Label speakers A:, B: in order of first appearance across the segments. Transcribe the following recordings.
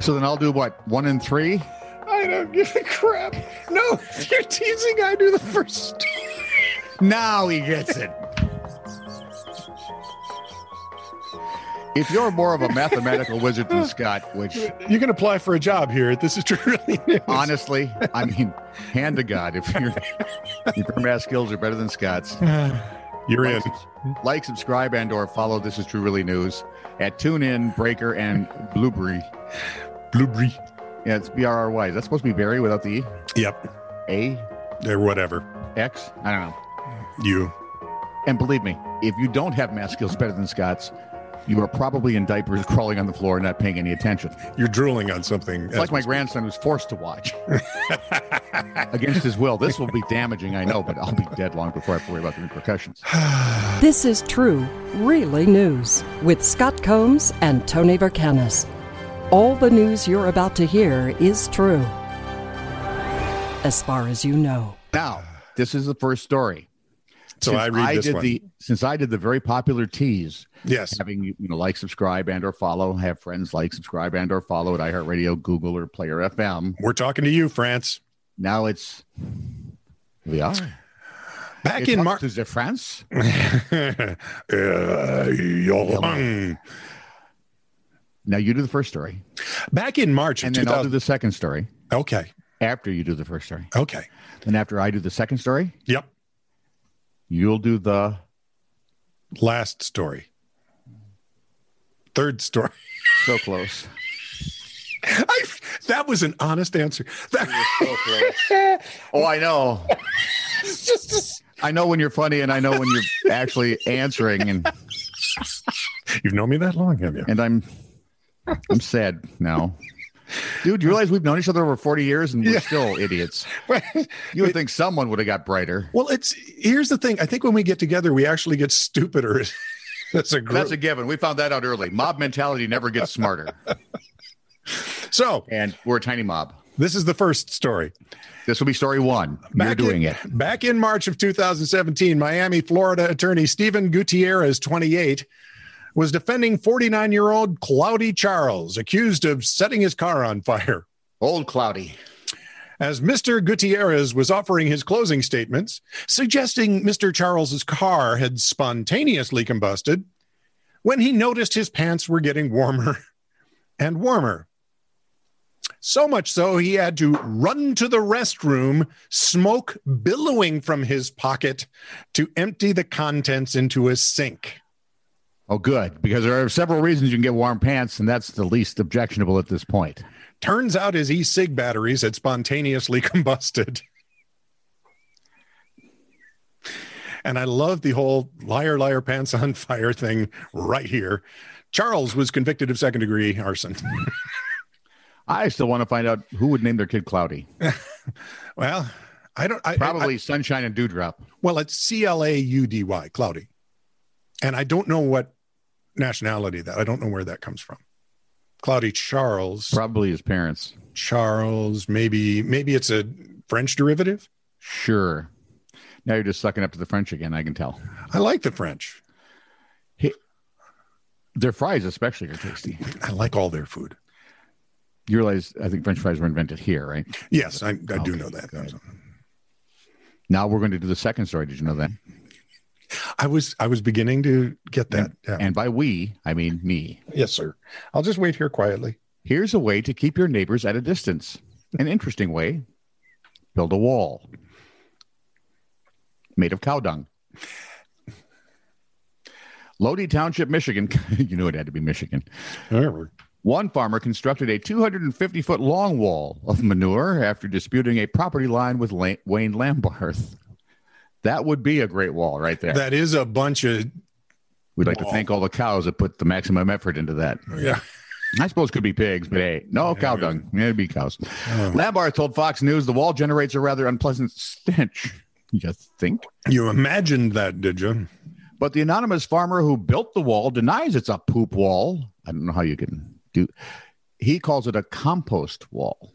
A: So then I'll do what? One and three?
B: I don't give a crap. No, you're teasing. I do the first.
A: Now he gets it. if you're more of a mathematical wizard than Scott, which
B: You can apply for a job here. at This is really news.
A: honestly, I mean, hand to God, if your if your math skills are better than Scott's,
B: You're in.
A: like, like, subscribe, and or follow. This is True Really News at TuneIn, Breaker, and Blueberry.
B: Blueberry.
A: Yeah, it's B R R Y. Is that supposed to be Barry without the E?
B: Yep.
A: A
B: Or whatever.
A: X? I don't know.
B: You.
A: And believe me, if you don't have math skills better than Scott's, you are probably in diapers, crawling on the floor, not paying any attention.
B: You're drooling on something.
A: It's like my grandson was forced to watch against his will. This will be damaging, I know, but I'll be dead long before I have to worry about the repercussions.
C: This is True, Really News with Scott Combs and Tony Vercanis. All the news you're about to hear is true, as far as you know.
A: Now, this is the first story.
B: so
A: Since
B: I read this
A: did
B: one.
A: the since I did the very popular tease,
B: yes.
A: having you know like, subscribe, and or follow. Have friends like, subscribe, and or follow at iHeartRadio, Google, or Player FM.
B: We're talking to you, France.
A: Now it's we are
B: Back
A: It's
B: in
A: up
B: March.
A: to the France.
B: Uh, you're wrong.
A: Now you do the first story,
B: Back in March of
A: and then I'll do
B: 2000.
A: the second story
B: okay.
A: after you do the first story.
B: Okay.
A: Then after I do the second story,
B: Yep.
A: you'll do the
B: Last story. Third story.
A: so close.
B: I, that was an honest answer. That
A: Oh, I know.
B: was just
A: I know when you're funny, and I know when you're actually answering, and
B: you've known me that long, have you?
A: and I'm I'm sad now. Dude, you realize we've known each other over 40 years and we're still idiots. You would think someone would have got brighter.
B: Well, it's here's the thing. I think when we get together, we actually get stupider. That's a group.
A: That's a given. We found that out early. Mob mentality never gets smarter.
B: so
A: And we're a tiny mob.
B: this is the first story.
A: This will be story one. You're
B: Back in-
A: doing it.
B: Back in March of 2017, Miami, Florida attorney Stephen Gutierrez, 28, was defending 49 year old Cloudy Charles, accused of setting his car on fire.
A: Old Cloudy.
B: As Mr. Gutierrez was offering his closing statements, suggesting Mr. Charles's car had spontaneously combusted, when he noticed his pants were getting warmer and warmer. So much so, he had to run to the restroom, smoke billowing from his pocket to empty the contents into a sink.
A: Oh, good. Because there are several reasons you can get warm pants, and that's the least objectionable at this point.
B: Turns out his e cig batteries had spontaneously combusted. And I love the whole liar, liar, pants on fire thing right here. Charles was convicted of second degree arson.
A: I still want to find out who would name their kid Cloudy.
B: Well, I don't. I, I-
A: Probably Sunshine and Dewdrop.
B: well, it's C L A U D Y, cloudy. And I don't know what nationality that. I don't know where that comes from. Cloudy Charles.
A: Probably his parents.
B: Charles. Maybe. Maybe it's a French derivative.
A: Sure. Now you're just sucking up to the French again, I can tell.
B: I like the French.
A: Their fries especially are tasty.
B: I like all their food.
A: You realize I think French fries were invented here, right?
B: Yes, I, I do
A: Okay,
B: know that.
A: good. Now we're going to do the second story. Did you know that?
B: I was I was beginning to get that. Yeah.
A: And by we, I mean me.
B: yes, sir. I'll just wait here quietly.
A: Here's a way to keep your neighbors at a distance. An interesting way build a wall made of cow dung. Lodi Township, Michigan. you knew it had to be Michigan.
B: However,
A: One farmer constructed a 250 foot long wall of manure after disputing a property line with La- Wayne Lambarth. That would be a great wall right there.
B: That is a bunch of
A: We'd like to
B: wall.
A: thank all the cows that put the maximum effort into that.
B: yeah.
A: I suppose it could be pigs, but hey, no cow dung. Yeah, it'd be cows.
B: Oh.
A: Lambarth told Fox News the wall generates a rather unpleasant stench. You think?
B: You imagined that, did you?
A: But the anonymous farmer who built the wall denies it's a poop wall. I don't know how you can do. He calls it a compost wall.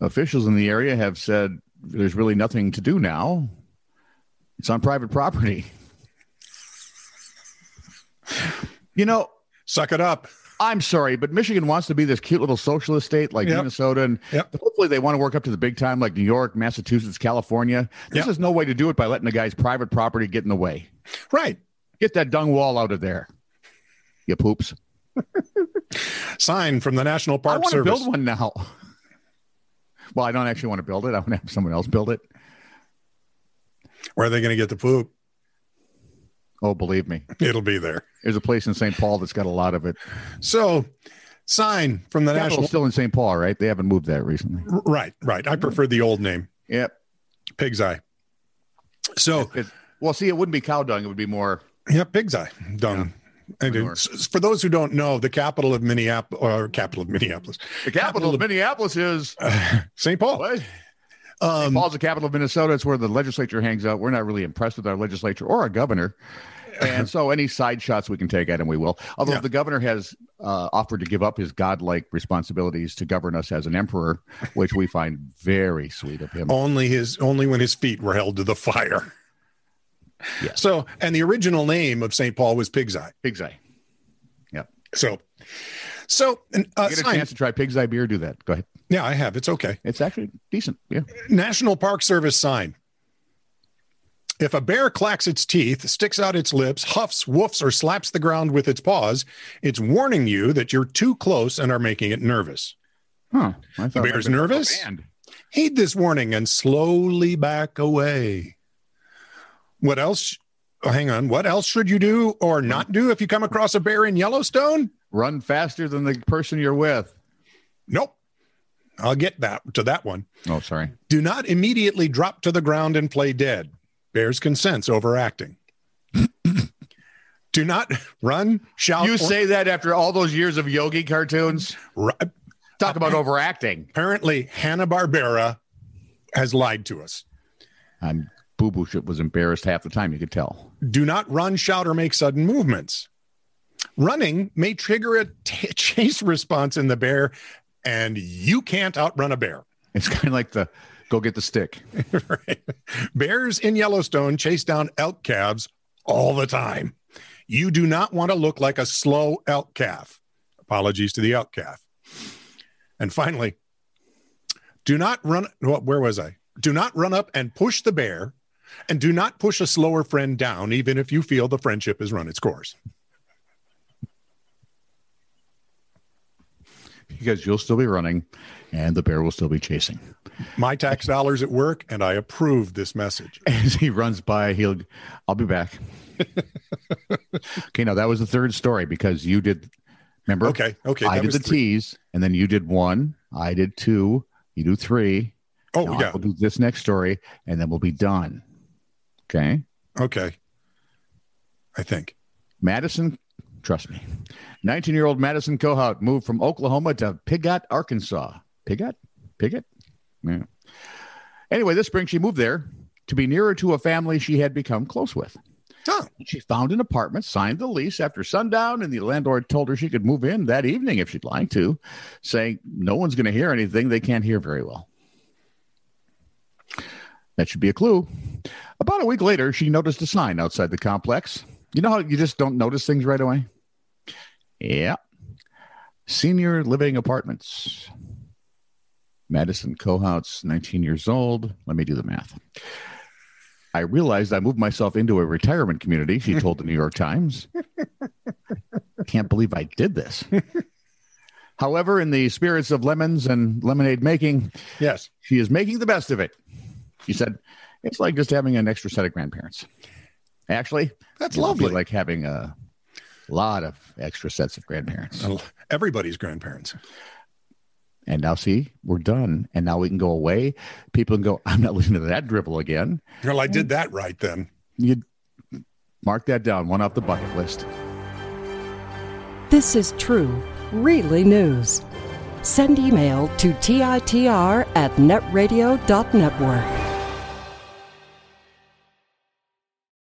A: Officials in the area have said there's really nothing to do now. It's on private property. You know,
B: Suck it up.
A: I'm sorry, but Michigan wants to be this cute little socialist state like
B: Yep.
A: Minnesota, and
B: Yep.
A: hopefully they want to work up to the big time like New York, Massachusetts, California. This
B: Yep.
A: is no way to do it by letting a guy's private property get in the way.
B: Right.
A: Get that dung wall out of there, you poops.
B: Sign from the National
A: I
B: Park
A: want to
B: Service.
A: build one now. well, I don't actually want to build it. I want to have someone else build it.
B: Where are they going to get the poop?
A: Oh, believe me,
B: It'll be there.
A: there's a place in St. Paul that's got a lot of it.
B: So, sign from the
A: Capital's
B: National.
A: still in St. Paul, right? They haven't moved that recently.
B: Right, right. I prefer the old name,
A: Yep.
B: Pig's Eye. So,
A: It's, well, see, it wouldn't be cow dung. It would be more.
B: yeah, Pig's Eye. Done. And
A: manure.
B: it's- for those who don't know, the capital of Minneapolis, or capital of Minneapolis,
A: The capital of Minneapolis is
B: St. Paul.
A: what?
B: Um,
A: Paul's the capital of Minnesota. It's where the legislature hangs out. We're not really impressed with our legislature or our governor. And so, any side shots we can take at him, we will. Although
B: Yeah.
A: the governor has uh, offered to give up his godlike responsibilities to govern us as an emperor, which we find very sweet of him.
B: only his only when his feet were held to the fire.
A: Yes.
B: So, and the original name of St. Paul was Pig's Eye.
A: Pig's Eye.
B: So, so and, uh,
A: Get a
B: sign-
A: chance to try Pig's Eye beer, do that. Go ahead.
B: yeah, I have. It's okay.
A: It's actually decent. Yeah.
B: National Park Service sign. If a bear clacks its teeth, sticks out its lips, huffs, woofs, or slaps the ground with its paws, it's warning you that you're too close and are making it nervous.
A: Huh. I thought
B: bear's
A: that was
B: nervous?
A: banned.
B: Heed this warning and slowly back away. What else? oh, hang on. What else should you do or not do if you come across a bear in Yellowstone?
A: Run faster than the person you're with.
B: Nope. I'll get that to that one.
A: Oh, sorry.
B: Do not immediately drop to the ground and play dead. Bears can sense overacting. Do not run, shout,
A: You
B: or-
A: say that after all those years of yogi cartoons.
B: ru-
A: Talk about overacting.
B: apparently, Hanna Barbera has lied to us.
A: I'm Boo Boo shit was embarrassed half the time. You could tell.
B: Do not run, shout, or make sudden movements. Running may trigger a t- chase response in the bear, and you can't outrun a bear.
A: It's kind of like the go get the stick.
B: Right. Bears in Yellowstone chase down elk calves all the time. You do not want to look like a slow elk calf. Apologies to the elk calf. And finally, do not run. What? Where was I? Do not run up and push the bear, and do not push a slower friend down, even if you feel the friendship has run its course.
A: because you'll still be running and the bear will still be chasing.
B: My tax dollars at work, and I approve this message.
A: As he runs by, he'll, I'll be back. okay, now that was the third story because you did, remember?
B: Okay, okay.
A: I
B: that
A: did
B: was
A: the
B: three.
A: tease and then you did one. I did two. You do three.
B: Oh
A: Now I
B: yeah,
A: will do this next story and then we'll be done. Okay.
B: okay. I think.
A: Madison, trust me, 19 year old Madison Cohout moved from Oklahoma to Pigott, Arkansas. Pigott? Pigott? Yeah. Anyway, this spring she moved there to be nearer to a family she had become close with.
B: Oh,
A: She found an apartment, signed the lease after sundown, and the landlord told her she could move in that evening if she'd like to, saying, No one's going to hear anything. They can't hear very well. That should be a clue. About a week later, she noticed a sign outside the complex. You know how you just don't notice things right away? Yeah. Senior living apartments. Madison Kohout's 19 years old. Let me do the math. I realized I moved myself into a retirement community, she told the New York Times. Can't believe I did this. However, in the spirits of lemons and lemonade making,
B: yes.
A: she is making the best of it. She said, It's like just having an extra set of grandparents. Actually,
B: That's
A: it'll be
B: lovely.
A: Like having a lot of extra sets of grandparents.
B: Uh, Everybody's grandparents.
A: And now, see, we're done. And now we can go away. People can go, I'm not listening to that dribble again.
B: Well, I
A: Mm.
B: did that right then.
A: You mark that down, one off the bucket list.
C: This is true, really news. Send email to TITR at netradio.network.